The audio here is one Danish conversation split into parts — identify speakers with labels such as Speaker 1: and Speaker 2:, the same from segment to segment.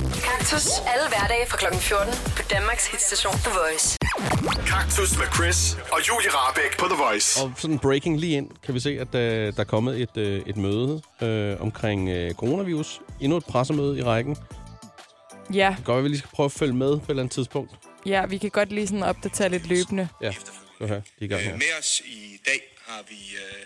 Speaker 1: Kaktus. Alle hverdage fra kl. 14 på Danmarks hitstation The Voice.
Speaker 2: Kaktus med Chris og Julie Rabeck på The Voice.
Speaker 3: Og sådan breaking lige ind, kan vi se, at øh, der er kommet et, øh, et møde øh, omkring øh, coronavirus. Endnu et pressemøde i rækken. Det
Speaker 4: Ja,
Speaker 3: kan godt være, at vi lige skal prøve at følge med på et eller andet tidspunkt.
Speaker 4: ja, vi kan godt lige sådan opdatere lidt løbende.
Speaker 3: Ja, du her, de er i gang her.
Speaker 5: Øh, Med os i dag har vi øh,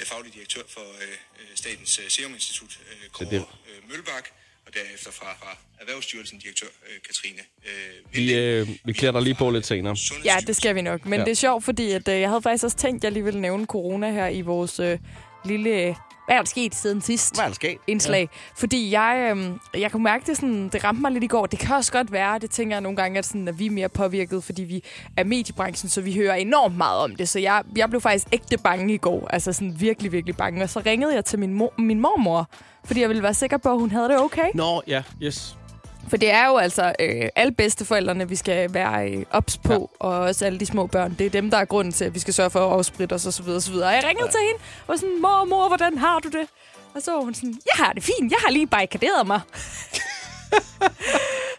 Speaker 5: øh, faglig direktør for øh, øh, Statens øh, Serum Institut, øh, Kåre
Speaker 3: det-
Speaker 5: øh, Mølbak, og derefter fra, fra Erhvervsstyrelsen direktør øh, Katrine øh,
Speaker 3: Vi, øh, vi klæder dig lige på lidt senere.
Speaker 4: Ja, det skal vi nok. Men
Speaker 3: Ja.
Speaker 4: ja. det er sjovt, fordi at, øh, jeg havde faktisk også tænkt, at jeg lige ville nævne corona her i vores øh, lille... øh, Hvad er der sket siden sidst?
Speaker 3: der sket?
Speaker 4: indslag. Ja. Fordi jeg, øh, jeg kunne mærke, det, sådan, det ramte mig lidt i går. Det kan også godt være, det tænker jeg nogle gange, at, sådan, at vi er mere påvirket, fordi vi er mediebranchen, så vi hører enormt meget om det. Så jeg, jeg blev faktisk ægte bange i går. Altså sådan virkelig, virkelig bange. Og så ringede jeg til min, mor- min mormor, fordi jeg ville være sikker på, at hun havde det okay.
Speaker 3: Nå, ja, yes.
Speaker 4: For det er jo altså øh, alle bedsteforældrene, vi skal være øh, ops på, ja. og også alle de små børn. Det er dem, der er grunden til, at vi skal sørge for at afspritte os osv. osv. Og jeg ringede ja. til hende og var sådan, mor, mor, hvordan har du det? Og så var hun sådan, jeg har det fint, jeg har lige barrikaderet mig.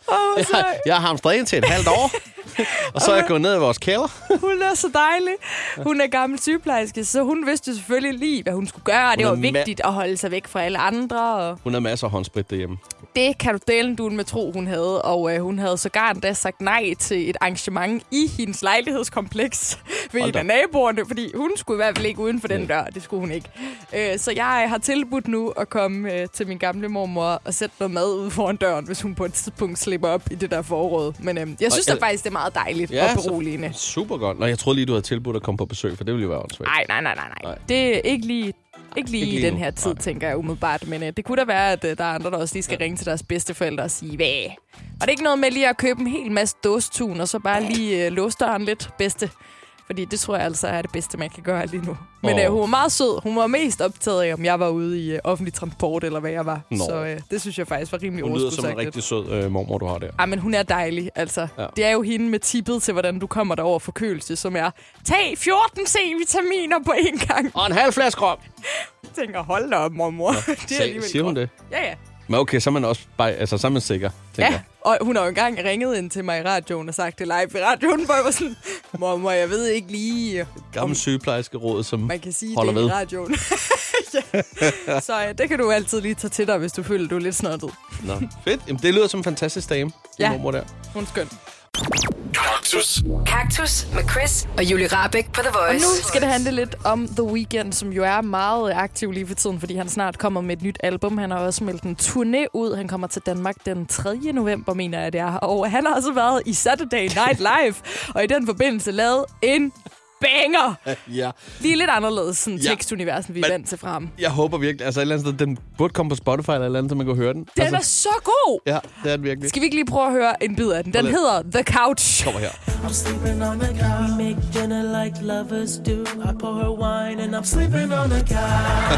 Speaker 4: og så,
Speaker 3: Jeg har hamstret ind til et halvt år, og så er jeg gået ned i vores kælder.
Speaker 4: hun er så dejlig. Hun er gammel sygeplejerske, så hun vidste jo selvfølgelig lige, hvad hun skulle gøre. Og det
Speaker 3: Hun
Speaker 4: var
Speaker 3: er ma-
Speaker 4: vigtigt at holde sig væk fra alle andre. Og
Speaker 3: Hun har masser af håndsprit derhjemme.
Speaker 4: det kan du dele du med tro, hun havde. Og øh, hun havde sågar endda sagt nej til et arrangement i hendes lejlighedskompleks ved
Speaker 3: Hold
Speaker 4: en
Speaker 3: da.
Speaker 4: af naboerne, fordi hun skulle i hvert fald ikke uden for den dør. Det skulle hun ikke. Øh, så jeg har tilbudt nu at komme øh, til min gamle mormor og sætte noget mad ude foran døren, hvis hun på et tidspunkt slipper op i det der forråd. Men øh, jeg synes da
Speaker 3: el-
Speaker 4: faktisk, det er meget dejligt
Speaker 3: Ja,
Speaker 4: ja, og beroligende.
Speaker 3: Så, super godt. Nå, jeg troede lige, du havde tilbudt at komme på besøg, for det ville jo være åndssvagt.
Speaker 4: Nej, nej, nej, nej,
Speaker 3: Nej.
Speaker 4: nej. Det er ikke lige, ikke lige,
Speaker 3: Ikke
Speaker 4: ikke
Speaker 3: lige
Speaker 4: lige i den
Speaker 3: nu.
Speaker 4: her tid,
Speaker 3: Nej.
Speaker 4: tænker jeg umiddelbart. Men øh, det kunne da være, at øh, der er andre, der også lige skal ja. ringe til deres bedsteforældre og sige, hvad? Og det er ikke noget med lige at købe en hel masse dåstun, og så bare lige øh, låse døren lidt, bedste. Fordi det tror jeg altså er det bedste, man kan gøre lige nu. Men
Speaker 3: Åh.
Speaker 4: øh, hun var meget sød. Hun var mest optaget af, om jeg var ude i øh, offentlig transport, eller hvad jeg var.
Speaker 3: Nå.
Speaker 4: Så øh, det synes jeg faktisk var rimelig
Speaker 3: Hun lyder som en
Speaker 4: overskudsagtigt.
Speaker 3: rigtig sød øh, mormor, du har der.
Speaker 4: Ej, men hun er dejlig, altså.
Speaker 3: Ja.
Speaker 4: Ja. Det er jo hende med tippet til, hvordan du kommer dig over forkølelse, som er, tag 14 C-vitaminer på én gang.
Speaker 3: Og en halv flaske rom.
Speaker 4: tænker, hold da op, mormor. Ja, det
Speaker 3: Sag,
Speaker 4: alligevel
Speaker 3: siger hun
Speaker 4: godt.
Speaker 3: det?
Speaker 4: Ja, ja.
Speaker 3: Men okay, så er man også bare, altså, så er man sikker, tænker
Speaker 4: Ja, og hun har jo engang ringet ind til mig i radioen og sagt det live i radioen, hvor jeg var sådan, mormor, jeg ved ikke lige,
Speaker 3: Gammel sygeplejerske råd, som
Speaker 4: man kan sige
Speaker 3: holder
Speaker 4: det
Speaker 3: ved.
Speaker 4: i radioen. ja. Så ja, det kan du altid lige tage til dig, hvis du føler, du er lidt snottet.
Speaker 3: Nå. Fedt. Jamen, det lyder som en fantastisk dame, ja.
Speaker 4: Ja.
Speaker 3: mormor der.
Speaker 4: Hun er skøn.
Speaker 2: Kaktus.
Speaker 1: Kaktus med Chris og Julie Rabeck på The
Speaker 4: Og
Speaker 1: Voice.
Speaker 4: nu skal det handle lidt om The Weeknd, som jo er meget aktiv lige for tiden, fordi han snart kommer med et nyt album. Han har også meldt en turné ud. Han kommer til Danmark den 3. november, mener jeg det er. Og han har også været i Saturday Night Live, og i den forbindelse lavet en banger.
Speaker 3: Ja.
Speaker 4: Lige lidt anderledes sådan
Speaker 3: Ja.
Speaker 4: ja. tekstuniversen, vi er
Speaker 3: Men-
Speaker 4: vant til frem.
Speaker 3: Jeg håber virkelig, altså et eller andet sted, den burde komme på Spotify eller et eller andet, så man kan høre den.
Speaker 4: Den er
Speaker 3: altså,
Speaker 4: så god!
Speaker 3: Ja, det er den virkelig.
Speaker 4: Skal vi ikke lige prøve at høre en bid af den? Den
Speaker 3: Hold
Speaker 4: hedder The Couch.
Speaker 3: Kommer her.
Speaker 6: I'm sleeping on the couch. We make dinner like lovers do. I pour her wine and I'm sleeping on the couch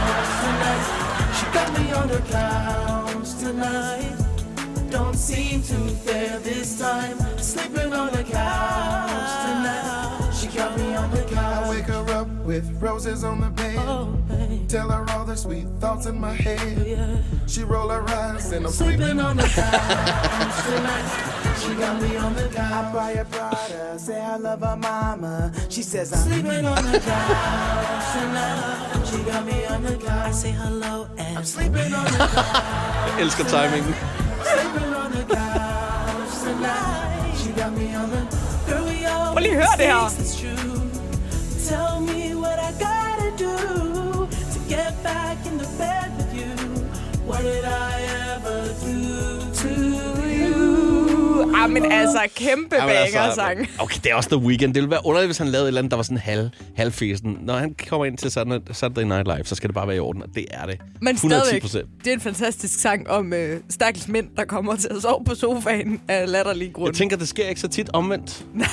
Speaker 6: tonight. She got me on the couch tonight. Don't seem too fair this time. Sleeping on the couch tonight. She got me on the couch.
Speaker 7: Wake her up with roses on the bed. Tell her all the sweet thoughts in my head. She roll her eyes and I'm sleeping on the couch tonight. She got me on the couch. I buy her Prada, say I love her mama. She says I'm sleeping on the couch tonight. She got me on the couch. I say hello and I'm sleeping on the couch.
Speaker 3: Jeg elsker timingen.
Speaker 7: sleeping on the couch tonight. She got me on the
Speaker 6: Girl, we all
Speaker 4: lige høre det her.
Speaker 6: say it's true. Tell me what I gotta do to get back in the bed with you. What did I ever do to you?
Speaker 4: Ah, men altså, kæmpe
Speaker 3: Jamen,
Speaker 4: banger-sang.
Speaker 3: Okay, det er også The Weeknd. Det ville være underligt, hvis han lavede et eller andet, der var sådan halv, halvfesen. Når han kommer ind til Saturday Saturday Night Live, så skal det bare være i orden, og det er det.
Speaker 4: Men
Speaker 3: 110
Speaker 4: stadigvæk,
Speaker 3: procent.
Speaker 4: det er en fantastisk sang om øh, stakkels mænd, der kommer til at sove på sofaen af latterlige
Speaker 3: Jeg
Speaker 4: grunde.
Speaker 3: tænker, det sker ikke så tit omvendt. Nej.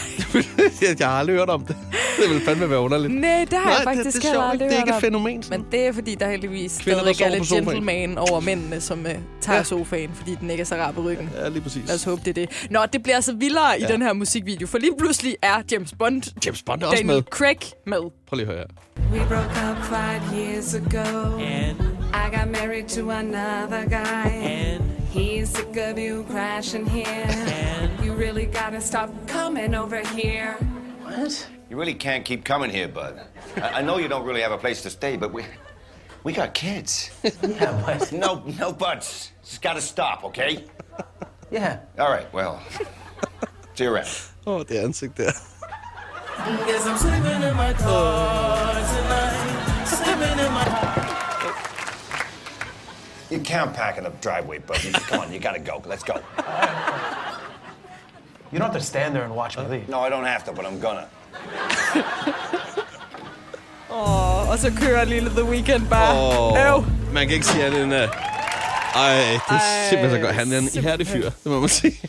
Speaker 3: jeg har aldrig hørt om det. Det ville fandme være underligt.
Speaker 4: Nej, det har
Speaker 3: Nej,
Speaker 4: jeg faktisk
Speaker 3: det, det er
Speaker 4: heller
Speaker 3: sjovt, ikke?
Speaker 4: aldrig
Speaker 3: Det er
Speaker 4: hørt
Speaker 3: ikke et
Speaker 4: om.
Speaker 3: fænomen. Sådan.
Speaker 4: Men det er, fordi der heldigvis
Speaker 3: Kvinder, der
Speaker 4: stadigvæk er
Speaker 3: sover på
Speaker 4: lidt
Speaker 3: sofaen.
Speaker 4: gentleman over mændene, som øh, tager
Speaker 3: Ja.
Speaker 4: ja. sofaen, fordi den ikke er så rar på ryggen.
Speaker 3: Ja, lige præcis.
Speaker 4: Lad os håbe, det er det. Nå, det bliver altså vildere ja. i den her musikvideo, for lige pludselig er James Bond,
Speaker 3: James Bond er også
Speaker 4: Daniel
Speaker 3: med.
Speaker 4: Craig med.
Speaker 3: Prøv lige at høre her.
Speaker 8: We broke up five years ago. I got married to another guy.
Speaker 6: And
Speaker 8: He's sick of you crashing here. You really gotta stop coming over here.
Speaker 9: You really can't keep coming here, bud. I, I know you don't really have a place to stay, but we we got kids.
Speaker 10: Yeah, but
Speaker 9: No, no buts. It's got to stop, okay?
Speaker 10: yeah.
Speaker 9: All right. Well, see you around.
Speaker 3: Åh, oh, det ansigt der.
Speaker 6: Yes, I'm sleeping in my car tonight. Sleeping in my
Speaker 9: You can't pack in the driveway, bud. You- Come on, you gotta go. Let's go.
Speaker 10: You don't have to stand there and watch me leave.
Speaker 9: No, I don't have to, but I'm gonna.
Speaker 4: Og så kører lille The Weeknd bare. Øv.
Speaker 3: Man kan ikke sige andet end... Uh... Ej, det er
Speaker 4: Ej,
Speaker 3: simpelthen så godt. Han er en ihærdig fyr, det må man sige.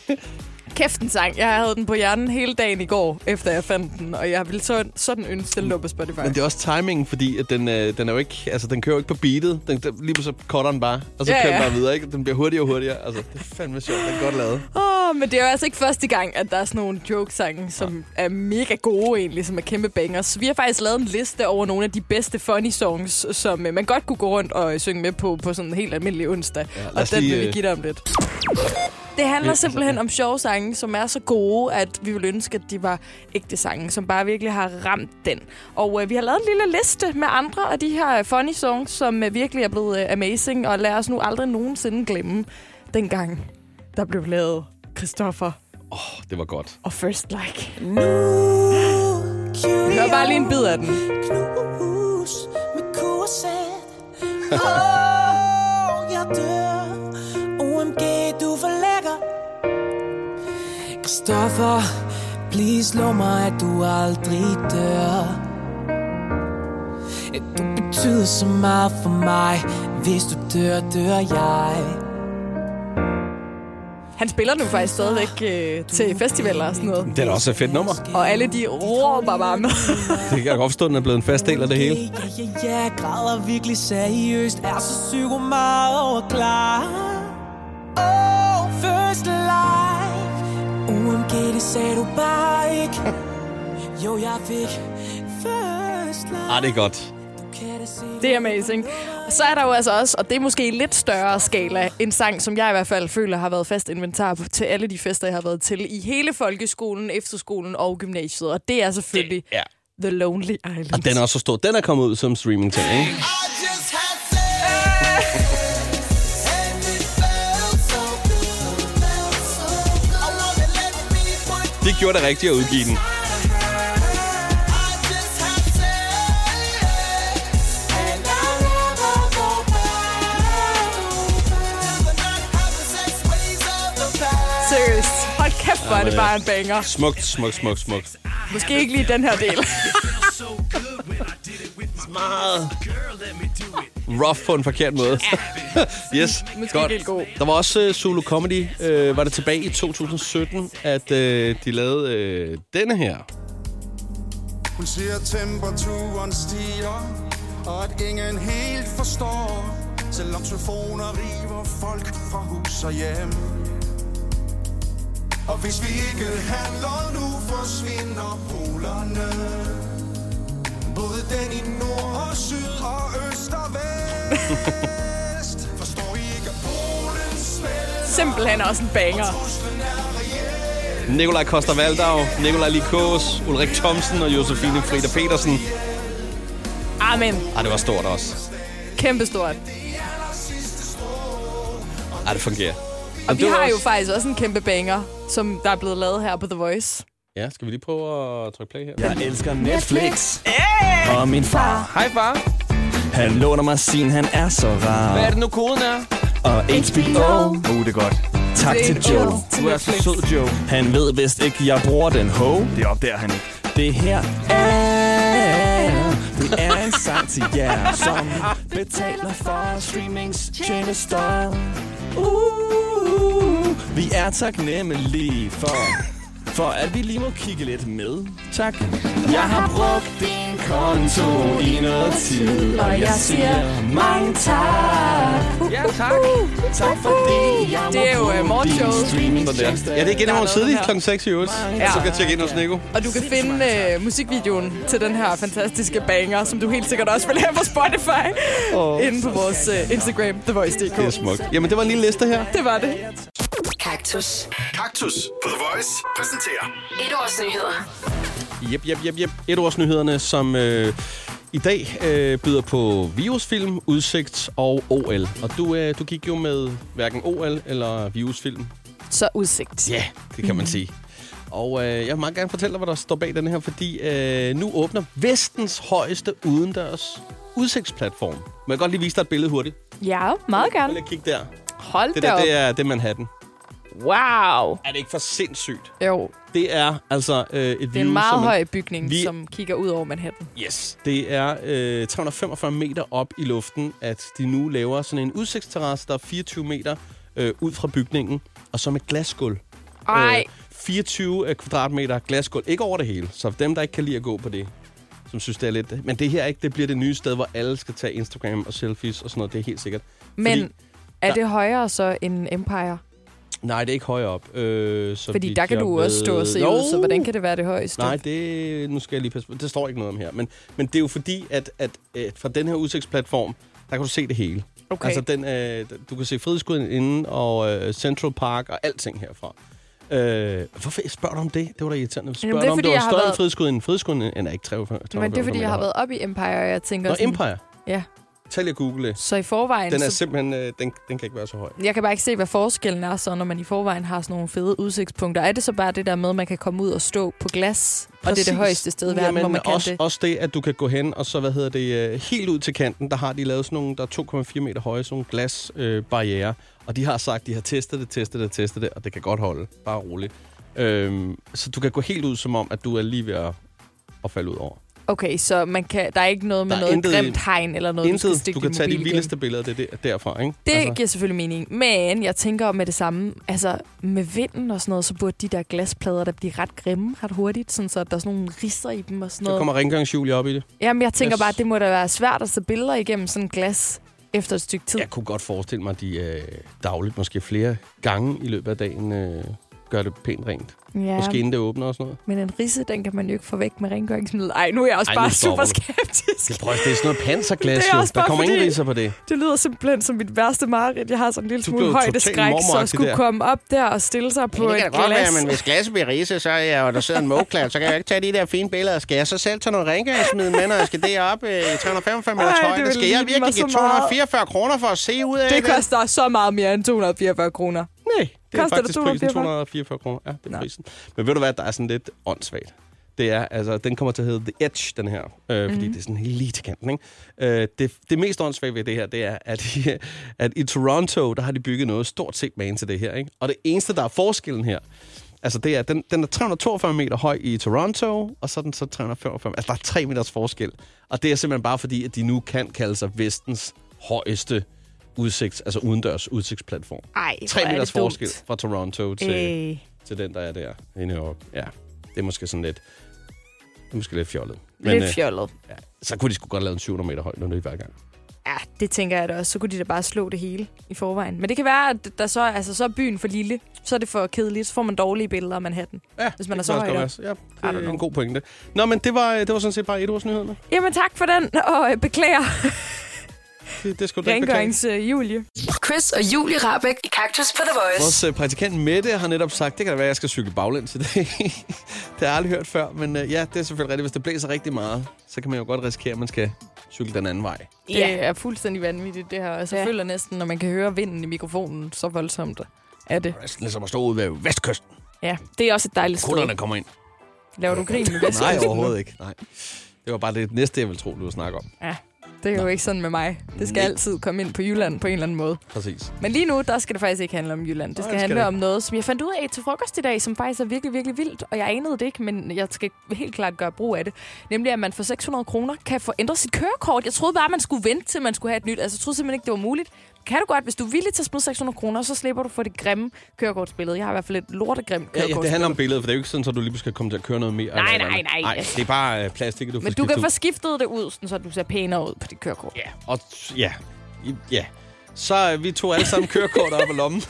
Speaker 4: Kæft en sang. Jeg havde den på hjernen hele dagen i går, efter jeg fandt den. Og jeg ville sådan, sådan ønske, den lå på Spotify.
Speaker 3: Men det er også timingen, fordi at den, øh, den, er jo ikke, altså, den kører jo ikke på beatet. Den, den, lige pludselig cutter den bare, og så
Speaker 4: Ja,
Speaker 3: kører den
Speaker 4: ja.
Speaker 3: bare videre. Ikke? Den bliver hurtigere og hurtigere. Altså, det er fandme sjovt. Den er godt lavet.
Speaker 4: Åh, men det er jo altså ikke første gang, at der er sådan nogle jokesange, som er mega gode egentlig, som er kæmpe bangers. Vi har faktisk lavet en liste over nogle af de bedste funny songs, som øh, man godt kunne gå rundt og øh, synge med på på sådan en helt almindelig onsdag.
Speaker 3: Ja, lad
Speaker 4: og
Speaker 3: os
Speaker 4: den
Speaker 3: lige,
Speaker 4: vil vi
Speaker 3: øh, altså,
Speaker 4: give dig om lidt. Det handler simpelthen om sjove sange, som er så gode, at vi vil ønske, at de var ægte sange, som bare virkelig har ramt den. Og øh, vi har lavet en lille liste med andre af de her øh, funny songs, som øh, virkelig er blevet øh, amazing, og lad os nu aldrig nogensinde glemme dengang, der blev lavet Christoffer
Speaker 3: Det var godt.
Speaker 4: og First Like. Hør bare lige en bid af den.
Speaker 6: hus med korset. Åh, jeg dør. OMG, du er for lækker. Christoffer, please lov mig, at du aldrig dør. At Du betyder så meget for mig. Hvis du dør, dør jeg.
Speaker 4: Han spiller nu faktisk stadigvæk øh, til festivaler og sådan noget.
Speaker 3: Det er da også et fedt nummer.
Speaker 4: Og alle de råber bare med.
Speaker 3: Det kan jeg godt forstå, den er blevet en fast del af det hele.
Speaker 6: Ja, ja, ja, græder virkelig seriøst Er så psyko meget overklar Oh, first life OMG, det sagde du bare ikke Jo, jeg fik first life
Speaker 3: Ah, det er godt.
Speaker 6: Kan det se
Speaker 4: Det er amazing. Og så er der jo altså også, og det er måske i lidt større skala, en sang, som jeg i hvert fald føler har været fast inventar på- til alle de fester, jeg har været til i hele folkeskolen, efterskolen og gymnasiet. Og det er selvfølgelig
Speaker 3: Ja.
Speaker 4: The Lonely Island.
Speaker 3: Og den er også så stor. Den er kommet ud som streaming ting, ikke?
Speaker 6: I just had sex And it felt so good Felt so good I wanna let me put
Speaker 3: De gjorde det rigtigt at udgive den.
Speaker 6: I just had sex And I'll never go back Till the night having sex ways of the past
Speaker 4: Seriøst. Hold kæft, hvor er
Speaker 3: Jamen,
Speaker 4: det
Speaker 3: ja.
Speaker 4: bare en banger.
Speaker 3: Smukt, smukt, smukt, smukt.
Speaker 4: Måske ikke lige den her del.
Speaker 3: Meget rough på en forkert måde. yes,
Speaker 4: Måske
Speaker 3: godt.
Speaker 4: ikke helt god.
Speaker 3: Der var også uh, Zulu Comedy. Uh, var det tilbage i 2017, at uh, de lavede uh, denne her.
Speaker 7: Hun siger, at temperaturen stiger, og at ingen helt forstår, selvom telefoner river folk fra hus og hjem. Og hvis vi ikke handler nu, forsvinder polerne. Både den i nord og syd og øst og vest. Forstår I ikke, at Polen spiller?
Speaker 4: Simpelthen også en banger.
Speaker 7: Truslen er reel.
Speaker 3: Nikolaj Koster Valdau, Nikolaj Likås, Ulrik Thomsen og Josefine Frida Petersen.
Speaker 4: Amen.
Speaker 3: Ah, det var stort også.
Speaker 4: Kæmpestort.
Speaker 3: Ah, det fungerer.
Speaker 4: Og vi
Speaker 3: det var
Speaker 4: har jo
Speaker 3: også-
Speaker 4: faktisk også en kæmpe banger, som der er blevet lavet her på The Voice.
Speaker 3: Ja, skal vi lige prøve at trykke play her?
Speaker 11: Jeg elsker Netflix. Hey! Og min far,
Speaker 3: Hej far.
Speaker 11: han låner mig sin, han er så rar.
Speaker 3: Hvad er det nu koden er?
Speaker 11: Og HBO. Uh, det er godt. Tak
Speaker 4: Det er
Speaker 11: til Joe.
Speaker 4: godt til
Speaker 11: Du er så sød, Joe. Han ved vist ikke, jeg bruger den ho. Det opdager han ikke. Det her er... Det er en sang til jer, som betaler for streamingstjenester. Uh, vi er taknemmelige for... for at vi lige må kigge lidt med. Tak. Jeg har brugt din konto i noget tid, og jeg siger mange tak.
Speaker 4: Ja, tak. Tak fordi jeg Det er jo øh, morgenshowet.
Speaker 3: Sådan der. Ja, det er igen i morgen tidlig kl. 6 i øvrigt.
Speaker 4: Ja.
Speaker 3: Så kan jeg tjekke ind hos Nico.
Speaker 4: Og du kan finde øh, musikvideoen til den her fantastiske banger, som du helt sikkert også vil have på Spotify, oh. inde på vores øh, Instagram, TheVoice.dk.
Speaker 3: Det er smukt. Jamen, det var en lille liste her.
Speaker 4: Det var det.
Speaker 1: Kaktus.
Speaker 2: Kaktus på The Voice præsenterer
Speaker 1: Et års nyheder.
Speaker 3: Jep, jep, jep, jep. Et års nyhederne, som øh, i dag øh, byder på virusfilm, udsigt og OL. Og du, øh, du gik jo med hverken OL eller virusfilm.
Speaker 4: Så udsigt. Mhm.
Speaker 3: Ja, yeah, det kan man sige. Og øh, jeg vil meget gerne fortælle dig, hvad der står bag den her, fordi øh, nu åbner vestens højeste udendørs udsigtsplatform. Må jeg godt lige vise dig et billede hurtigt?
Speaker 4: Ja, meget
Speaker 3: Prøv
Speaker 4: gerne.
Speaker 3: lige at kigge der.
Speaker 4: Hold
Speaker 3: Det
Speaker 4: da
Speaker 3: der,
Speaker 4: op.
Speaker 3: det er, det er Manhattan.
Speaker 4: Wow.
Speaker 3: Er det ikke for sindssygt?
Speaker 4: Jo,
Speaker 3: Det er altså øh, et
Speaker 4: det er en meget høj bygning,
Speaker 3: vi-
Speaker 4: som kigger ud over Manhattan.
Speaker 3: Yes. Det er øh, 345 meter op i luften, at de nu laver sådan en udsigtsterrasse, der er 24 meter øh, ud fra bygningen, og så med glasgulv.
Speaker 4: Ej.
Speaker 3: 24 kvadratmeter glasgulv. Ikke over det hele, så dem, der ikke kan lide at gå på det, som synes, det er lidt... Men det her ikke, det bliver det nye sted, hvor alle skal tage Instagram og selfies og sådan noget. Det er helt sikkert.
Speaker 4: Men
Speaker 3: Fordi,
Speaker 4: er
Speaker 3: der-
Speaker 4: det højere så end Empire?
Speaker 3: nej, det er ikke højere op. Øh, så
Speaker 4: Fordi
Speaker 3: vidt
Speaker 4: der kan
Speaker 3: jeg
Speaker 4: du også
Speaker 3: ved-
Speaker 4: stå og se ud, så hvordan kan det være det højeste?
Speaker 3: Nej, det, nu skal jeg lige passe på. Det står ikke noget om her. Men, men det er jo fordi, at, at, at fra den her udsigtsplatform, der kan du se det hele.
Speaker 4: Okay.
Speaker 3: Altså, den, øh, du kan se Frihedsguden inden, og øh, Central Park, og alting herfra. Øh, hvorfor spørger du om det? Det var da irriterende. Spørger
Speaker 4: det er
Speaker 3: du om,
Speaker 4: fordi,
Speaker 3: det
Speaker 4: jeg
Speaker 3: var
Speaker 4: har
Speaker 3: større
Speaker 4: været-
Speaker 3: end Frihedsguden? Frihedsguden er ikke 300
Speaker 4: Men det er, fordi jeg har været op i Empire, og jeg tænker
Speaker 3: Nå,
Speaker 4: sådan...
Speaker 3: Empire.
Speaker 4: Ja,
Speaker 3: Tal jeg Google det.
Speaker 4: så i forvejen...
Speaker 3: Den er
Speaker 4: så
Speaker 3: simpelthen... Øh, den, den kan ikke være så høj.
Speaker 4: Jeg kan bare ikke se, hvad forskellen er, så når man i forvejen har sådan nogle fede udsigtspunkter. Er det så bare det der med, at man kan komme ud og stå på glas, og det er det højeste sted i verden,
Speaker 3: Jamen,
Speaker 4: hvor man kan
Speaker 3: også,
Speaker 4: det?
Speaker 3: Også det, at du kan gå hen, og så, hvad hedder det, øh, helt ud til kanten, der har de lavet sådan nogle, der er 2,4 meter høje, sådan nogle glasbarriere. Øh, barrierer. og de har sagt, de har testet det, testet det, testet det, og det kan godt holde. Bare roligt. Øhm, så du kan gå helt ud, som om, at du er lige ved at, at falde ud over.
Speaker 4: Okay, så man kan, der er ikke noget med
Speaker 3: Der er
Speaker 4: noget
Speaker 3: intet-
Speaker 4: grimt hegn eller noget, du skal
Speaker 3: Intet,
Speaker 4: stikke
Speaker 3: du kan
Speaker 4: din
Speaker 3: tage de
Speaker 4: mobil
Speaker 3: vildeste billeder det er der, derfra, ikke?
Speaker 4: Det altså. giver selvfølgelig mening, men jeg tænker med det samme, altså med vinden og sådan noget, så burde de der glasplader, der bliver ret grimme ret hurtigt, sådan så at der er sådan nogle risser i dem og sådan
Speaker 3: Så
Speaker 4: noget.
Speaker 3: kommer rengøringsjulie op i det.
Speaker 4: Jamen jeg tænker
Speaker 3: Yes.
Speaker 4: bare, at det må da være svært at se billeder igennem sådan et glas efter et stykke tid.
Speaker 3: Jeg kunne godt forestille mig, at de øh, dagligt, måske flere gange i løbet af dagen, øh, gør det pænt rent.
Speaker 4: Ja.
Speaker 3: Måske inden det åbner og sådan noget.
Speaker 4: Men en risse, den kan man jo ikke få væk med rengøringsmiddel. Ej, nu er jeg også
Speaker 3: Ej,
Speaker 4: Ej,
Speaker 3: nu
Speaker 4: bare
Speaker 3: stopper
Speaker 4: super
Speaker 3: du.
Speaker 4: skeptisk.
Speaker 3: Prøv, det er sådan noget panserglas,
Speaker 4: Det er
Speaker 3: jo.
Speaker 4: også
Speaker 3: Der
Speaker 4: bare
Speaker 3: kommer ingen
Speaker 4: fordi-
Speaker 3: riser på det.
Speaker 4: Det lyder simpelthen som mit værste mareridt. Jeg har sådan en lille
Speaker 3: Du
Speaker 4: smule
Speaker 3: blev totalt
Speaker 4: højdeskræk, så at
Speaker 3: mormoragtig
Speaker 4: skulle
Speaker 3: der.
Speaker 4: komme op der og stille sig på et glas.
Speaker 3: glasset bliver riset, så er jeg jo, der sidder en moklat, så kan jeg ikke tage de der fine billeder. Skal jeg så selv tage noget rengøringsmiddel med, når jeg skal derop øh, i 345
Speaker 4: Ej, det ville ligne mig så meget.
Speaker 3: kroner for at se ud af
Speaker 4: det koster så meget mere end 244 kroner.
Speaker 3: Nej, det er
Speaker 4: Koster det
Speaker 3: faktisk prisen
Speaker 4: 244?
Speaker 3: 244 kroner. Ja, det er prisen. Men ved du hvad, der er sådan lidt åndssvagt. Det er, altså, den kommer til at hedde The Edge, den her. Øh, fordi
Speaker 4: Mhm.
Speaker 3: det er sådan helt lige til kanten, ikke? Øh, det, det mest åndssvagt ved det her, det er, at, i- at i Toronto, der har de bygget noget stort set man til det her, ikke? Og det eneste, der er forskellen her, altså det er, at den, den er 342 meter høj i Toronto, og så er den så 345. Altså, der er 3 meters forskel. Og det er simpelthen bare fordi, at de nu kan kalde sig vestens højeste udsigt, altså udendørs udsigtsplatform.
Speaker 4: Ej,
Speaker 3: Tre
Speaker 4: hvor er
Speaker 3: meters
Speaker 4: det dumt.
Speaker 3: forskel fra Toronto til,
Speaker 4: Øh.
Speaker 3: til den, der er der inde op. Ja, det er måske sådan lidt, det er måske lidt fjollet.
Speaker 4: Lidt
Speaker 3: øh,
Speaker 4: fjollet.
Speaker 3: ja, så kunne de sgu godt lave en 700 meter høj, når det hver gang.
Speaker 4: Ja, det tænker jeg da også. Så kunne de da bare slå det hele i forvejen. Men det kan være, at der så, altså, så er byen for lille. Så er det for kedeligt. Så får man dårlige billeder af Manhattan.
Speaker 3: Ja,
Speaker 4: Hvis man
Speaker 3: det
Speaker 4: er så
Speaker 3: kunne også
Speaker 4: højt
Speaker 3: godt
Speaker 4: op.
Speaker 3: være. Ja, det er en god pointe. Nå, men det var, øh, det var sådan set bare et års nyhederne.
Speaker 4: Jamen tak for den, og øh, beklager
Speaker 3: Det, det skulle du da ikke beklage.
Speaker 4: rengørings øh, Julie.
Speaker 1: Chris og Julie Rabeck i Kaktus på The Voice.
Speaker 3: Vores øh, praktikant Mette har netop sagt, det kan da være, at jeg skal cykle baglæns i dag. det har jeg aldrig hørt før, men øh, ja, det er selvfølgelig rigtigt. Hvis det blæser rigtig meget, så kan man jo godt risikere, at man skal cykle den anden vej.
Speaker 4: Det er fuldstændig vanvittigt, det her. Altså, jeg føler næsten, når man kan høre vinden i mikrofonen, så voldsomt er det.
Speaker 3: Næsten ligesom at stå ude ved vestkysten.
Speaker 4: Ja, det er også et dejligt sted.
Speaker 3: Kutterne kommer ind.
Speaker 4: Laver du grin med
Speaker 3: Nej,
Speaker 4: vestkysten?
Speaker 3: overhovedet ikke. Nej. Det var bare det næste, jeg ville tro, du ville snakke om.
Speaker 4: Ja, det er jo ikke sådan med mig. Det skal
Speaker 3: Nej.
Speaker 4: altid komme ind på Jylland på en eller anden måde.
Speaker 3: Præcis.
Speaker 4: Men lige nu, der skal det faktisk ikke handle om Jylland. Det
Speaker 3: Nej,
Speaker 4: skal
Speaker 3: det skal
Speaker 4: handle
Speaker 3: det
Speaker 4: om noget, som jeg fandt ud af til frokost i dag, som faktisk er virkelig, virkelig vildt. Og jeg anede det ikke, men jeg skal helt klart gøre brug af det. Nemlig, at man for 600 kroner kan få ændret sit kørekort. Jeg troede bare, man skulle vente til, man skulle have et nyt. Altså, jeg troede simpelthen ikke, det var muligt. kan du godt, hvis du er villig til at smide 600 kroner, så slipper du for det grimme kørekortsbillede. Jeg har i hvert fald et lortegrimt
Speaker 3: Ja, ja,
Speaker 4: kørekortsbillede.
Speaker 3: det handler om billedet, for det er jo ikke sådan, at du lige skal komme til at køre noget mere.
Speaker 4: Nej,
Speaker 3: eller
Speaker 4: nej,
Speaker 3: andet.
Speaker 4: nej.
Speaker 3: Nej, det er bare øh, plastik, du får
Speaker 4: Men du kan
Speaker 3: skiftet
Speaker 4: få
Speaker 3: ud.
Speaker 4: skiftet det ud, sådan så du ser pænere ud på dit kørekort.
Speaker 3: Ja. Og t- ja, I- ja. Så øh, vi tog alle sammen kørekort op af lommen.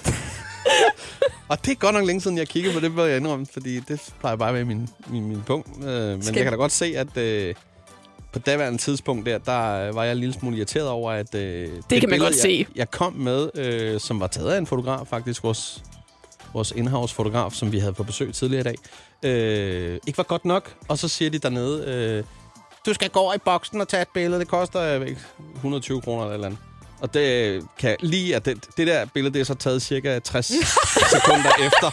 Speaker 3: og det er godt nok længe siden, jeg kiggede på det, hvor jeg indrømme, fordi det plejer bare at være min, min, min punkt. Øh, men
Speaker 4: Skal-
Speaker 3: jeg kan da godt se, at øh, på daværende tidspunkt der, der øh, var jeg en lille smule irriteret over, at øh, det, det
Speaker 4: kan man godt
Speaker 3: jeg,
Speaker 4: se.
Speaker 3: jeg kom med, øh, som var taget af en fotograf faktisk, vores, vores in-house fotograf, som vi havde på besøg tidligere i dag, øh, ikke var godt nok. Og så siger de dernede, øh, du skal gå over i boksen og tage et billede, det koster jeg ved ikke, 120 kroner eller et eller andet. Og det øh, kan lige, at det, det der billede, det er så taget cirka 60 sekunder efter,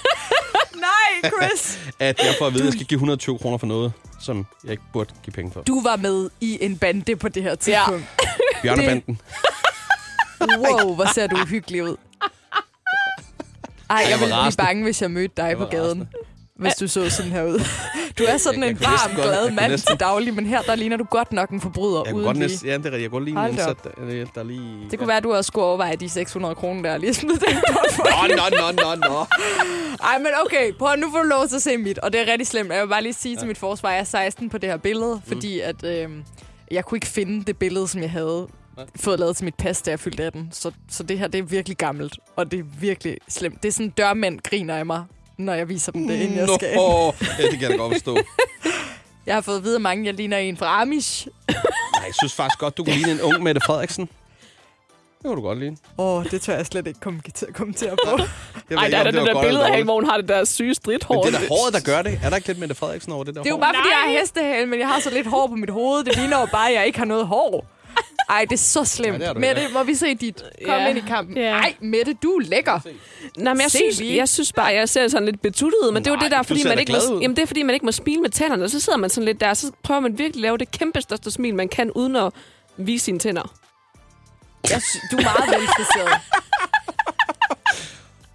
Speaker 4: Nej, Chris!
Speaker 3: at jeg får at vide, at jeg skal give 120 kroner for noget, som jeg ikke burde give penge for.
Speaker 4: Du var med i en bande på det her tidspunkt.
Speaker 3: Bjørnebanden.
Speaker 4: Wow, hvor ser du uhyggelig ud. Ej,
Speaker 3: jeg
Speaker 4: jeg
Speaker 3: var
Speaker 4: ville blive
Speaker 3: rasende.
Speaker 4: bange, hvis jeg mødte dig
Speaker 3: Jeg
Speaker 4: på
Speaker 3: var
Speaker 4: gaden. Hvis du så sådan her ud. Du er sådan
Speaker 3: Jeg- jeg
Speaker 4: en
Speaker 3: kunne næsten
Speaker 4: varm,
Speaker 3: godt- jeg
Speaker 4: glad
Speaker 3: kunne
Speaker 4: mand
Speaker 3: næsten-
Speaker 4: til daglig, men her der ligner du godt nok en forbryder
Speaker 3: Jeg kunne
Speaker 4: uden
Speaker 3: godt
Speaker 4: lige.
Speaker 3: næsten, ja, det er rigtigt. Jeg kunne lige en
Speaker 4: Hold da
Speaker 3: indsat,
Speaker 4: op.
Speaker 3: der, der lige...
Speaker 4: Det kunne være, at du også skulle overveje de 600 kroner, der er lige smidt det på.
Speaker 3: Nå, nå, nå, nå, nå.
Speaker 4: Ej, men okay, prøv at- nu får du lov til at se mit, og det er rigtig slemt. Jeg vil bare lige sige ja. til mit forsvar, at jeg er 16 på det her billede, fordi at, øh, jeg kunne ikke finde det billede, som jeg havde fået lavet til mit pas, da jeg fyldte 18. Så, så det her, det er virkelig gammelt, og det er virkelig slemt. Det er sådan, dørmænd griner af mig, når jeg viser dem det, inden jeg skal.
Speaker 3: Nå, ja, det kan jeg da godt forstå.
Speaker 4: Jeg har fået at vide af mange, jeg ligner en fra Amish.
Speaker 3: Nej, jeg synes faktisk godt, du kunne ligne en ung Mette Frederiksen. Det kunne du godt ligne.
Speaker 4: Åh, oh, det tør jeg slet ikke komme til at kommentere på.
Speaker 3: Jeg ved
Speaker 12: Ej,
Speaker 3: ikke,
Speaker 12: der er
Speaker 3: om
Speaker 12: da
Speaker 3: var
Speaker 12: det der
Speaker 3: godt
Speaker 12: billede
Speaker 3: eller
Speaker 12: af hende,
Speaker 3: dårligt.
Speaker 12: hvor hun har det der syge stridthår.
Speaker 3: Men det er da håret, der gør det. Er der ikke lidt Mette Frederiksen over det der
Speaker 4: Det er jo
Speaker 3: hår?
Speaker 4: bare, fordi jeg har hestehale, men jeg har så lidt hår på mit hoved. Det ligner jo bare, at jeg ikke har noget hår. Ej, det er så slemt. Ja,
Speaker 12: Ja, det er
Speaker 4: det
Speaker 12: du
Speaker 4: Mette,
Speaker 12: heller.
Speaker 4: må vi se dit? Kom
Speaker 12: Ja.
Speaker 4: ind i kampen.
Speaker 12: Ja.
Speaker 4: Yeah. Ej, Mette, du er lækker.
Speaker 12: Nej, men jeg
Speaker 4: Se
Speaker 12: synes,
Speaker 4: lige.
Speaker 12: jeg synes bare, jeg ser sådan lidt betuttet ud, men det er jo
Speaker 4: Nej,
Speaker 12: det der,
Speaker 4: du
Speaker 12: fordi
Speaker 4: ser
Speaker 12: man
Speaker 4: da
Speaker 12: ikke
Speaker 4: glad
Speaker 12: må,
Speaker 4: ud.
Speaker 12: jamen, det er, fordi man ikke må smile med tænderne, og så sidder man sådan lidt der, og så prøver man virkelig at lave det kæmpe største smil, man kan, uden at vise sine tænder.
Speaker 4: Jeg sy- du er meget velfriseret.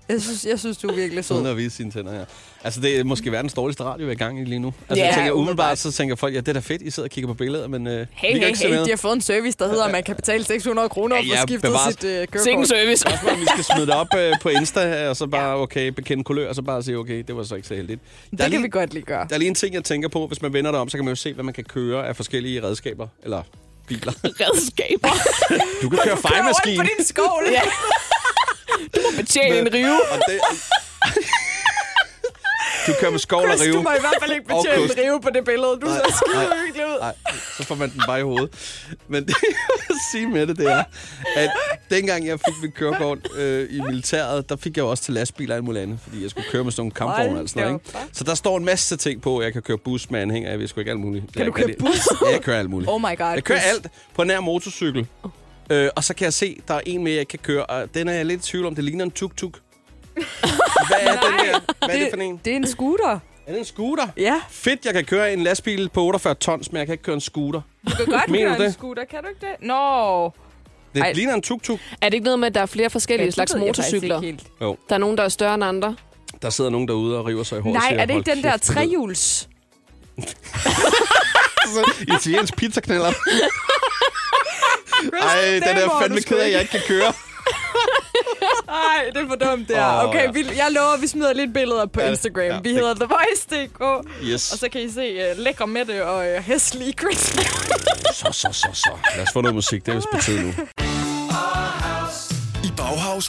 Speaker 4: Jeg synes, jeg synes, du er virkelig sød.
Speaker 3: Uden at vise sine tænder, ja. Altså, det er måske verdens dårligste radio, vi er i gang i lige nu. Altså,
Speaker 4: Ja,
Speaker 3: jeg tænker, umiddelbart, så tænker folk, ja, det er da fedt, I sidder og kigger på billeder, men øh,
Speaker 4: Hey,
Speaker 3: vi kan
Speaker 4: hey,
Speaker 3: ikke se
Speaker 4: hey,
Speaker 3: med.
Speaker 4: de har fået en service, der hedder, at man kan betale 600 kroner
Speaker 3: Ja,
Speaker 4: for
Speaker 3: ja,
Speaker 4: at skifte
Speaker 3: bevares.
Speaker 4: sit øh, kørekort.
Speaker 12: Sikke en service.
Speaker 3: Spørgsmålet, om vi skal smide det op øh, på Insta, og så bare, okay, bekende kulør, og så bare sige, okay, det var så ikke så heldigt.
Speaker 4: Det kan vi godt lige gøre.
Speaker 3: Der er lige en ting, jeg tænker på. Hvis man vender det om, så kan man jo se, hvad man kan køre af forskellige redskaber, eller biler.
Speaker 12: Redskaber.
Speaker 3: Du kan køre fejlmaskine.
Speaker 4: på din skål. ja.
Speaker 12: Du må betjene en rive.
Speaker 3: Og det, du kører med skovl og
Speaker 4: Chris,
Speaker 3: rive.
Speaker 4: du må i hvert fald ikke
Speaker 3: Og
Speaker 4: betjene
Speaker 3: kost.
Speaker 4: en rive på det billede. Du
Speaker 3: Nej,
Speaker 4: ser skide
Speaker 3: nej,
Speaker 4: hyggelig ud.
Speaker 3: Nej, så får man den bare i hovedet. Men det, jeg vil sige med det, det er, at dengang jeg fik mit kørekort øh, i militæret, der fik jeg jo også til lastbiler og alt muligt andet, fordi jeg skulle køre med sådan nogle kampvogne
Speaker 4: Hold
Speaker 3: og sådan noget.
Speaker 4: da
Speaker 3: Ikke? Så der står en masse ting på, jeg kan køre bus med anhænger, jeg ved sgu ikke alt muligt. Kan
Speaker 4: du køre bus?
Speaker 3: Ja, jeg kører alt muligt.
Speaker 4: Oh my god,
Speaker 3: Jeg kører
Speaker 4: Chris.
Speaker 3: alt på nær motorcykel. Øh, og så kan jeg se, der er en mere, jeg kan køre, og den er jeg lidt i tvivl om, det ligner en tuk-tuk. Hvad er den der? Hvad er det for en?
Speaker 4: Det er en scooter.
Speaker 3: Er det en scooter?
Speaker 4: Ja.
Speaker 3: Fedt, jeg kan køre en lastbil på 48 tons, men jeg kan ikke køre en scooter.
Speaker 4: Du kan godt
Speaker 3: Mener du
Speaker 4: køre en
Speaker 3: det?
Speaker 4: scooter, kan du ikke det? Nå.
Speaker 3: Det
Speaker 12: Ej.
Speaker 3: ligner en tuk-tuk.
Speaker 12: Er det ikke noget med, at der er flere
Speaker 4: Ja,
Speaker 12: forskellige
Speaker 4: det
Speaker 12: slags
Speaker 4: ved jeg faktisk
Speaker 12: motorcykler?
Speaker 4: ikke helt.
Speaker 3: Jo,
Speaker 12: Der er nogen, der er større end andre.
Speaker 3: der sidder nogen derude og river sig i håret. og
Speaker 4: Nej,
Speaker 3: siger,
Speaker 4: er det ikke
Speaker 3: "Hold
Speaker 4: den der
Speaker 3: kæft, det lyder-
Speaker 4: trehjuls?
Speaker 3: Italiensk pizzaknaller. Ej, den er
Speaker 4: må
Speaker 3: fandme
Speaker 4: du sgu
Speaker 3: ked af, at jeg
Speaker 4: ikke.
Speaker 3: ikke kan køre.
Speaker 4: Nej, det er for dumt, det her.
Speaker 3: Åh,
Speaker 4: Okay,
Speaker 3: ja.
Speaker 4: vi, jeg lover, vi smider lidt billeder på
Speaker 3: Ja,
Speaker 4: Instagram.
Speaker 3: ja,
Speaker 4: vi
Speaker 3: det-
Speaker 4: hedder TheVoice.dk.
Speaker 3: Yes.
Speaker 4: Og så kan I se uh, lækre Mette og uh, hæslige Chris.
Speaker 3: Så, så, så, så. Lad os få noget musik. Det er vist på tide nu.
Speaker 2: I Bauhaus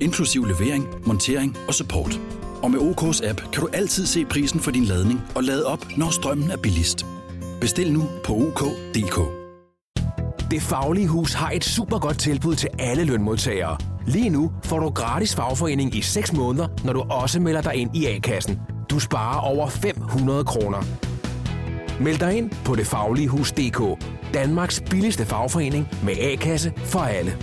Speaker 13: inklusiv levering, montering og support. Og med OK's app kan du altid se prisen for din ladning og lade op, når strømmen er billigst. Bestil nu på OK.dk.
Speaker 14: Det Faglige Hus har et super godt tilbud til alle lønmodtagere. Lige nu får du gratis fagforening i 6 måneder, når du også melder dig ind i A-kassen. Du sparer over 500 kroner. Meld dig ind på detfagligehus.dk. Danmarks billigste fagforening med A-kasse for alle.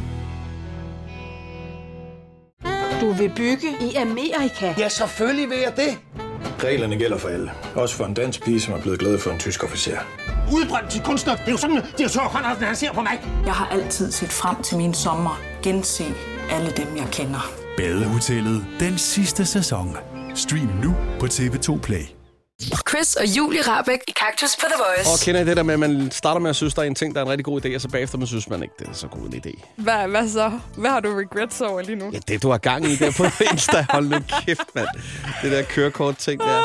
Speaker 15: Du vil bygge i Amerika? Ja, selvfølgelig vil jeg det.
Speaker 16: Reglerne gælder for alle. Også for en dansk pige, som er blevet glad for en tysk officer.
Speaker 17: Udbrændt til kunstner. Det er jo sådan, at de har tørt, han ser på mig. Jeg har altid set frem til min sommer. Gense alle dem, jeg kender.
Speaker 18: Badehotellet den sidste sæson. Stream nu på TV2 Play.
Speaker 1: Chris og Julie Rabeck i Kaktus på The Voice.
Speaker 3: Og kender I det der med, at man starter med at synes, der er en ting, der er en rigtig god idé, og så bagefter man synes man ikke, det er så god en idé.
Speaker 4: Hvad, hvad så? Hvad har du regrets over lige nu?
Speaker 3: Ja, det du har gang i der på Insta. Hold nu kæft, mand. Det der kørekort-ting der.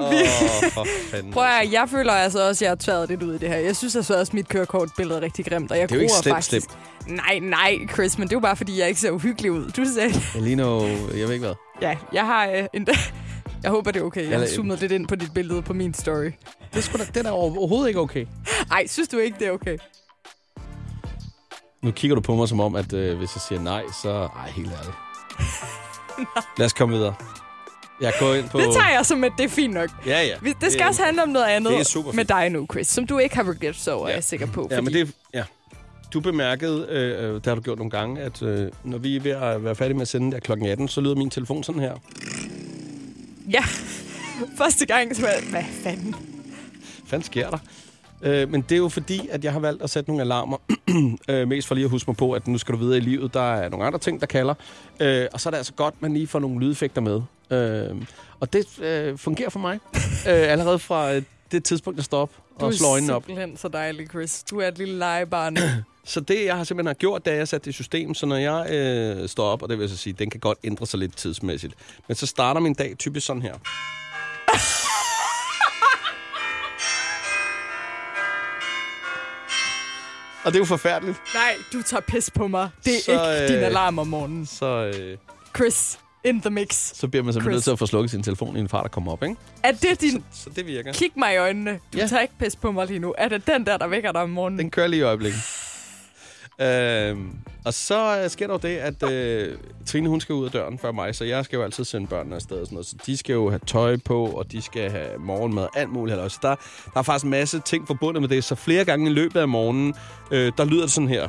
Speaker 3: Åh,
Speaker 4: vi-
Speaker 3: oh, for fanden.
Speaker 4: Prøv at, høre, jeg føler altså også, at jeg har tværet lidt ud i det her. Jeg synes altså også, at mit kørekortbillede er rigtig grimt, og jeg
Speaker 3: Det er jo ikke
Speaker 4: gruer
Speaker 3: slemt,
Speaker 4: faktisk. Nej, nej, Chris, men det er jo bare, fordi jeg ikke ser uhyggelig ud. Du sagde,
Speaker 3: Elino, jeg ved ikke hvad.
Speaker 4: ja, jeg har øh, en... Jeg håber, det er okay. Jeg har
Speaker 3: Eller-
Speaker 4: zoomet lidt ind på dit billede på min story.
Speaker 3: Det er, sgu da, det er da overhovedet ikke okay.
Speaker 4: Ej, synes du ikke, det er okay?
Speaker 3: Nu kigger du på mig som om, at øh, hvis jeg siger nej, så... Ej, helt ærligt. Lad os komme videre. Jeg går ind på...
Speaker 4: På... Det tager jeg som, at det er fint nok.
Speaker 3: Ja, ja.
Speaker 4: Vi- Det skal også handle om noget andet
Speaker 3: Det er super
Speaker 4: med
Speaker 3: fint.
Speaker 4: dig nu, Chris, som du ikke har regrets over, ja. er jeg sikker på.
Speaker 3: Ja, men det, ja. Du bemærkede, øh, øh, det har du gjort nogle gange, at øh, når vi er ved at være færdige med at sende der kl. 18, så lyder min telefon sådan her.
Speaker 4: Ja, første gang, så var jeg, hvad fanden?
Speaker 3: fanden sker der? Øh, men det er jo fordi, at jeg har valgt at sætte nogle alarmer. øh, mest for lige at huske mig på, at nu skal du videre i livet. Der er nogle andre ting, der kalder. Øh, og så er det altså godt, at man lige får nogle lydeffekter med. Øh, og det øh, fungerer for mig. øh, allerede fra øh, det tidspunkt, jeg står op
Speaker 4: Du
Speaker 3: og slår
Speaker 4: er
Speaker 3: øjnene op.
Speaker 4: simpelthen så dejlig, Chris. Du er et lille legebarn.
Speaker 3: Så det, jeg har simpelthen har gjort, det er, at jeg satte det i system, så når jeg øh, står op, og det vil jeg så sige, den kan godt ændre sig lidt tidsmæssigt, men så starter min dag typisk sådan her. og det er jo forfærdeligt.
Speaker 4: Nej, du tager pis på mig. Det er
Speaker 3: Så,
Speaker 4: så, ikke øh... din
Speaker 3: øh,
Speaker 4: alarm om morgenen.
Speaker 3: Så, øh,
Speaker 4: Chris, in the mix.
Speaker 3: så bliver man simpelthen
Speaker 4: Chris.
Speaker 3: nødt til at få slukket sin telefon i en fart, der kommer op, ikke?
Speaker 4: Er det din...
Speaker 3: Så det virker.
Speaker 4: Kig mig i øjnene. Du
Speaker 3: Ja.
Speaker 4: ja. tager ikke pis på mig lige nu. Er det den der, der vækker dig om morgenen?
Speaker 3: Den kører lige i øjeblikket. Øhm, og så øh, sker der jo det, at øh, Trine hun skal ud af døren før mig, så jeg skal jo altid sende børnene afsted og sådan noget. Så de skal jo have tøj på, og de skal have morgenmad, alt muligt. halløj. Så der, der er faktisk en masse ting forbundet med det, så flere gange i løbet af morgenen, øh, der lyder det sådan her.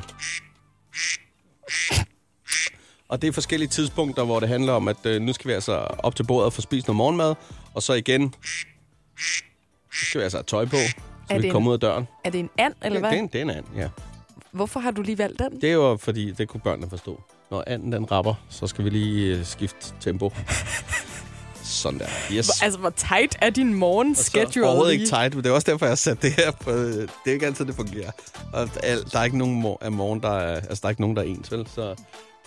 Speaker 3: Og det er forskellige tidspunkter, hvor det handler om, at øh, nu skal vi altså op til bordet og få spist noget morgenmad, og så igen, nu skal vi altså have tøj på, så vi
Speaker 4: Er det
Speaker 3: kan
Speaker 4: en-
Speaker 3: komme ud af døren.
Speaker 4: Er det en and, eller hvad?
Speaker 3: Det, det, er en- det er en and, ja.
Speaker 4: Hvorfor har du lige valgt den?
Speaker 3: Det var fordi, det kunne børnene forstå. Når anden den rapper, så skal vi lige øh, skifte tempo. Sådan der. Yes.
Speaker 4: Hvor- Altså, hvor tight er din morgenschedule?
Speaker 3: Overhovedet
Speaker 4: lige?
Speaker 3: ikke tight, men det er også derfor, jeg har sat det her på. øh, Det er ikke altid, det fungerer. Og al- der er ikke nogen mor- af morgen, der er, altså, der er ikke nogen, der er ens, vel? Så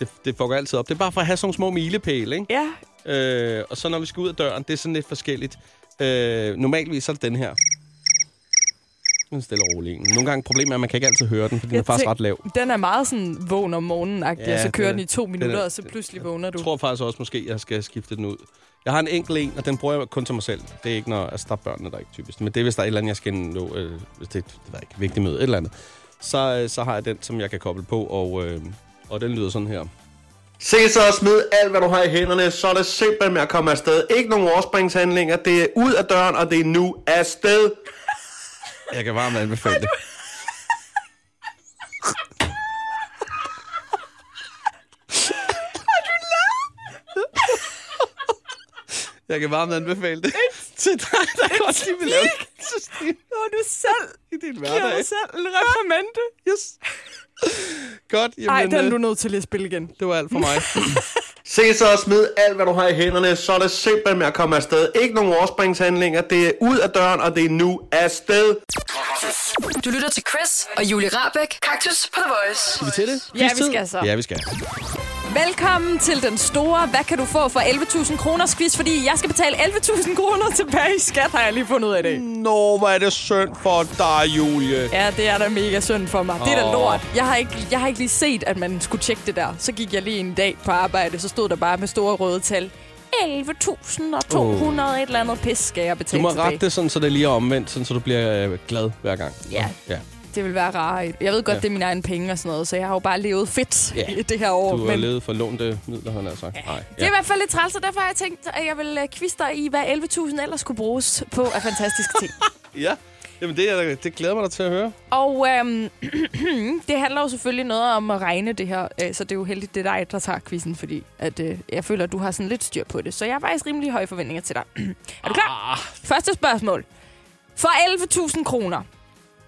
Speaker 3: det, det fucker altid op. Det er bare for at have sådan nogle små milepæle, ikke?
Speaker 4: Ja.
Speaker 3: Øh, og så når vi skal ud af døren, det er sådan lidt forskelligt. Øh, normalvis så er det den her. Den er stille og rolig. en. Nogle gange problemet er, at man kan ikke altid høre den, for den er
Speaker 4: Jeg
Speaker 3: faktisk
Speaker 4: tænk-
Speaker 3: ret lav.
Speaker 4: Den er meget sådan vågen om morgenen ja,
Speaker 3: Ja,
Speaker 4: og så kører
Speaker 3: den er-
Speaker 4: den i to
Speaker 3: den er-
Speaker 4: minutter, og så pludselig vågner du.
Speaker 3: Jeg tror faktisk også måske, jeg skal skifte den ud. Jeg har en enkelt en, og den bruger jeg kun til mig selv. Det er ikke, når altså, der er børnene, der er ikke typisk. Men det er, hvis der er et eller andet, jeg skal nå. Øh, hvis det, det er ikke vigtigt møde, et eller andet. Så, øh, så har jeg den, som jeg kan koble på, og, øh, og den lyder sådan her. Se så og smid alt, hvad du har i hænderne, så er det simpelt med at komme afsted. Ikke nogen overspringshandlinger, det er ud af døren, og det er nu afsted. Jeg kan varmt anbefale det. Jeg kan varmt anbefale det til dig, der godt lige vil lave et system.
Speaker 4: Når du selv
Speaker 3: i din
Speaker 4: giver
Speaker 3: hverdag.
Speaker 4: dig selv en reprimande. Yes.
Speaker 3: Godt,
Speaker 4: Ej, den er
Speaker 3: øh,
Speaker 4: du nødt til lige at spille igen.
Speaker 3: Det var alt for mig. Se så og smid alt, hvad du har i hænderne, så er det simpelthen med at komme afsted. Ikke nogen overspringshandlinger, det er ud af døren, og det er nu afsted.
Speaker 1: Du lytter til Chris og Julie Rabeck. Kaktus på The Voice.
Speaker 3: Skal vi til det?
Speaker 4: Ja,
Speaker 3: Quiztid?
Speaker 4: vi skal altså- så.
Speaker 3: Ja, vi skal.
Speaker 4: Velkommen til den store Hvad kan du få for 11.000 kroner quiz, fordi jeg skal betale 11.000 kroner tilbage i skat, har jeg lige fundet ud af i dag.
Speaker 3: Nå, hvor er det synd for dig, Julie.
Speaker 4: Ja, det er da mega synd for mig. Det er da
Speaker 3: Åh.
Speaker 4: lort. Jeg har, ikke, jeg har ikke lige set, at man skulle tjekke det der. Så gik jeg lige en dag på arbejde, så stod der bare med store røde tal. 11.200 et eller andet pis skal jeg
Speaker 3: Du
Speaker 4: betale
Speaker 3: må
Speaker 4: tilbage.
Speaker 3: rette det, sådan, så det lige er omvendt, sådan, så du bliver øh, glad hver gang.
Speaker 4: Ja.
Speaker 3: ja.
Speaker 4: Det vil være rart. Jeg ved godt,
Speaker 3: Ja.
Speaker 4: ja. det er mine egne penge og sådan noget, så jeg har jo bare levet fedt
Speaker 3: Ja.
Speaker 4: ja. i det her år.
Speaker 3: Du har levet for lånte midler, han har sagt. Nej.
Speaker 4: Det er i hvert fald lidt træls, og derfor har jeg tænkt, at jeg vil øh, quizte dig i, hvad 11.000 ellers kunne bruges på af fantastiske ting.
Speaker 3: Ja. Jamen, det, er- det glæder mig da til at høre.
Speaker 4: Og øhm, det handler jo selvfølgelig noget om at regne det her, øh, så det er jo heldigt, det er dig, der tager quizzen, fordi at, øh, jeg føler, at du har sådan lidt styr på det. Så jeg har faktisk rimelig høje forventninger til dig. er du klar? Første spørgsmål. For 11.000 kroner.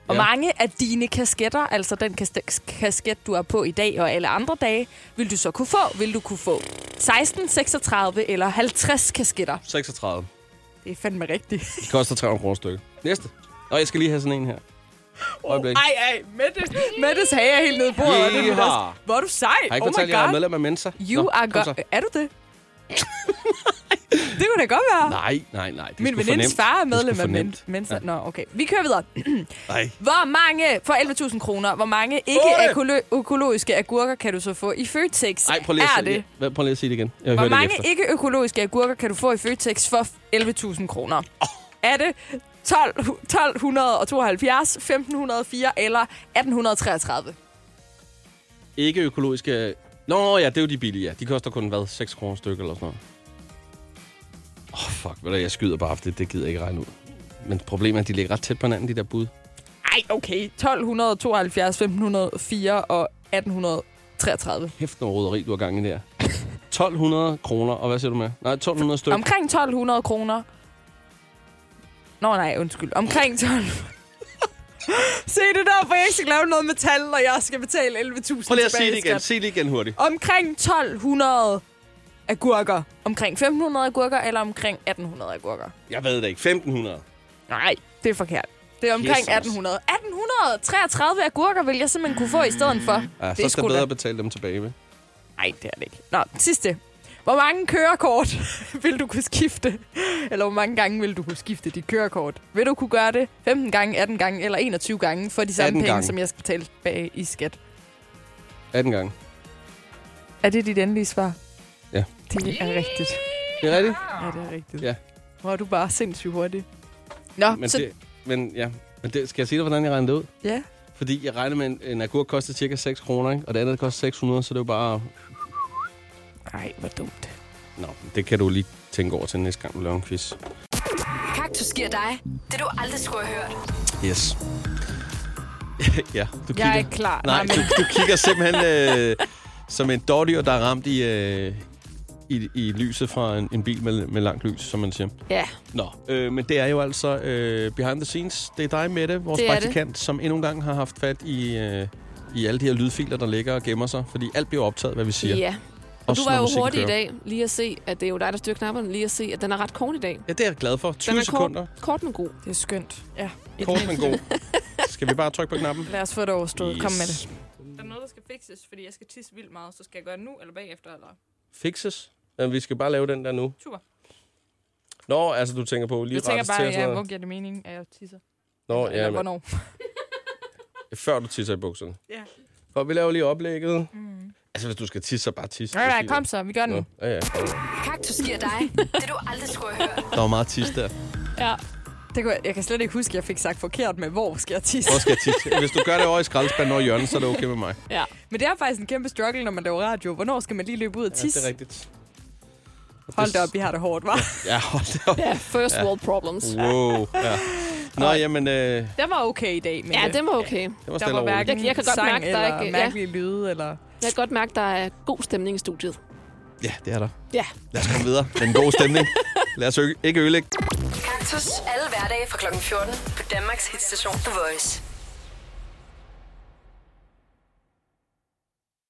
Speaker 4: Hvor
Speaker 12: Ja.
Speaker 4: mange af dine kasketter, altså den kas- kasket, du er på i dag og alle andre dage, vil du så kunne få? Vil du kunne få 16, 36 eller 50 kasketter?
Speaker 3: 36.
Speaker 4: Det er fandme rigtigt.
Speaker 3: Det koster 300 kroner stykke. Næste. Og jeg skal lige have sådan en her. Øjeblik.
Speaker 4: Ej, ej, Mette, Mette sagde jeg helt nede på. bordet. Det er mit
Speaker 3: Yeehaw.
Speaker 4: også- Hvor er du sej.
Speaker 3: Har jeg ikke
Speaker 4: oh
Speaker 3: fortalt,
Speaker 4: my
Speaker 3: at jeg er
Speaker 4: God.
Speaker 3: medlem af Mensa?
Speaker 4: You
Speaker 3: Nå,
Speaker 4: are
Speaker 3: kom
Speaker 4: godt. Er du det? det kunne da godt være.
Speaker 3: Nej, nej, nej. Det er
Speaker 4: Min
Speaker 3: sgu
Speaker 4: venindes
Speaker 3: fornemt.
Speaker 4: far er
Speaker 3: Det sgu
Speaker 4: medlem af men,
Speaker 3: fornemt.
Speaker 4: Mensa.
Speaker 3: Ja.
Speaker 4: Nå, okay. Vi kører videre.
Speaker 3: Nej.
Speaker 4: Hvor mange, for 11.000 kroner, hvor mange ikke økologiske agurker kan du så få i Føtex?
Speaker 3: Ej, prøv lige,
Speaker 4: er
Speaker 3: at,
Speaker 4: det?
Speaker 3: sige- Hvad- prøv lige at sige det igen. Jeg
Speaker 4: Hvor
Speaker 3: hører
Speaker 4: mange
Speaker 3: det
Speaker 4: ikke økologiske agurker kan du få i Føtex for 11.000 kroner? Er det 12, 1272, 1504 eller 1833?
Speaker 3: ikke... ikke økologiske... Nå ja, det er jo de billige, ja. De koster kun, hvad, 6 kroner stykke eller sådan noget. Åh, oh, fuck. Ved du, jeg skyder bare, for det, det gider jeg ikke regne ud. Men problemet er, at de ligger ret tæt på hinanden, de der bud.
Speaker 4: Ej, okay. 1272, 1504 og 1833.
Speaker 3: Hæft noget roderi, du har gang i der. 1200 kroner, og hvad siger du med? Nej, 1200 stykker.
Speaker 4: Omkring 1200 kroner. Nå nej, undskyld. Omkring 12... Se det der, for jeg ikke skal lave noget med tal, og jeg skal betale 11.000
Speaker 3: Prøv lige at
Speaker 4: tilbage
Speaker 3: sige det
Speaker 4: i
Speaker 3: igen.
Speaker 4: skat.
Speaker 3: Sig det igen hurtigt.
Speaker 4: Omkring 1200 agurker. Omkring 1500 agurker, eller omkring 1800 agurker?
Speaker 3: Jeg ved det ikke. 1500.
Speaker 4: Nej, det er forkert. Det er omkring
Speaker 3: Jesus.
Speaker 4: 1800. 1833 agurker vil jeg simpelthen kunne få i stedet for.
Speaker 3: Ja,
Speaker 4: det er
Speaker 3: så skal
Speaker 4: sgu
Speaker 3: det
Speaker 4: da-
Speaker 3: bedre at betale dem tilbage, vel?
Speaker 4: Nej, det er det ikke. Nå, sidste. Hvor mange kørekort vil du kunne skifte? Eller hvor mange gange vil du kunne skifte dit kørekort? Vil du kunne gøre det 15 gange, 18 gange eller 21 gange for de samme
Speaker 3: 18
Speaker 4: penge,
Speaker 3: gange.
Speaker 4: som jeg skal betale bag i skat?
Speaker 3: 18 gange.
Speaker 4: Er det dit endelige svar?
Speaker 3: Ja.
Speaker 4: Det er
Speaker 3: Det
Speaker 4: rigtigt.
Speaker 3: er rigtigt?
Speaker 4: Ja, det er rigtigt.
Speaker 3: Ja.
Speaker 4: Hvor er du bare sindssygt hurtig. Nå,
Speaker 3: Men,
Speaker 4: så...
Speaker 3: det, men, ja. men det, skal jeg sige dig, hvordan jeg regnede det ud?
Speaker 4: Ja.
Speaker 3: Fordi jeg regner med, at en, en agurk koster cirka 6 kroner, ikke? og det andet det koster 600, så det er jo bare...
Speaker 4: Nej, hvor dumt.
Speaker 3: Nå, det kan du lige tænke over til næste gang, du laver en quiz.
Speaker 1: Kaktus giver dig det, du aldrig skulle have hørt.
Speaker 3: Yes. ja, du
Speaker 1: Jeg er ikke klar.
Speaker 3: Nej,
Speaker 1: Nej, men-
Speaker 3: du, du kigger simpelthen øh, som en dårdyr, der er ramt i, øh, i, i lyset fra en, en bil med, med langt lys, som man siger.
Speaker 12: Ja.
Speaker 3: Nå, øh, men det er jo altså øh, behind the scenes. Det er dig, Mette, vores
Speaker 12: Det er det.
Speaker 3: praktikant, som endnu en gang har haft fat i, øh, i alle de her lydfiler, der ligger og gemmer sig. Fordi alt bliver optaget, hvad vi siger.
Speaker 12: Ja. Og
Speaker 3: Også
Speaker 12: du var
Speaker 3: når
Speaker 12: jo
Speaker 3: musikken
Speaker 12: hurtig i
Speaker 3: kører.
Speaker 12: dag lige at se, at det er jo dig, der styrer knapperne, lige at se, at den er ret kort i dag.
Speaker 3: Ja, det er jeg glad for. 20
Speaker 12: den er
Speaker 3: sekunder.
Speaker 12: Kort, kort men god.
Speaker 4: Det er skønt. Ja.
Speaker 3: Kort, men god. Skal vi bare trykke på knappen?
Speaker 4: Lad os få det overstået. Kom med det.
Speaker 19: Der er noget, der skal fikses, fordi jeg skal tisse vildt meget, så skal jeg gøre det nu eller bagefter? Eller?
Speaker 3: Fixes. Ja, vi skal bare lave den der nu.
Speaker 19: Super.
Speaker 3: Nå, altså du tænker på lige
Speaker 19: Jeg tænker
Speaker 3: rettes til
Speaker 19: bare,
Speaker 3: og sådan
Speaker 19: ja,
Speaker 3: noget.
Speaker 19: hvor giver det mening, at jeg tisser?
Speaker 3: Nå,
Speaker 19: Eller
Speaker 3: ja, men,
Speaker 19: hvornår?
Speaker 3: før du tisser i bukserne.
Speaker 19: ja.
Speaker 3: Og vi laver lige oplægget. Mm. Altså, hvis du skal tisse, så bare tisse.
Speaker 1: Nej, nej,
Speaker 3: Det er fint.
Speaker 1: kom så, vi gør den.
Speaker 3: Nå, Ja, ja.
Speaker 1: Kaktus giver dig det, du aldrig skulle have hørt.
Speaker 3: Der var meget tis der.
Speaker 4: Ja. Det kunne jeg, jeg kan slet ikke huske, at jeg fik sagt forkert med, hvor skal jeg tisse?
Speaker 3: Hvor skal jeg tisse? Hvis du gør det over i skraldespanden over hjørnet, så er det okay med mig.
Speaker 4: Ja. Men det er faktisk en kæmpe struggle, når man laver radio. Hvornår skal man lige løbe ud og
Speaker 3: Ja, det
Speaker 4: tisse?
Speaker 3: er rigtigt.
Speaker 4: Hold da op, vi har det hårdt, var.
Speaker 3: Ja, hold da op.
Speaker 4: Ja, first world problems.
Speaker 3: Wow. Ja. Nå, jamen, øh,
Speaker 4: Den var okay i dag, men
Speaker 12: Ja, den var okay. Det
Speaker 3: var stille og roligt.
Speaker 12: Jeg, jeg kan godt
Speaker 4: sang
Speaker 12: mærke, der
Speaker 4: eller
Speaker 12: er ikke,
Speaker 4: mærkelige ja. lyde, eller...
Speaker 12: Jeg kan godt mærke, der er god stemning i studiet.
Speaker 3: ja, det er der.
Speaker 12: Ja.
Speaker 3: Lad os komme videre. Det er en god stemning. Lad os ø- ikke ødelægge.
Speaker 1: Kaktus alle hverdage fra kl. 14 på Danmarks hitstation The Voice.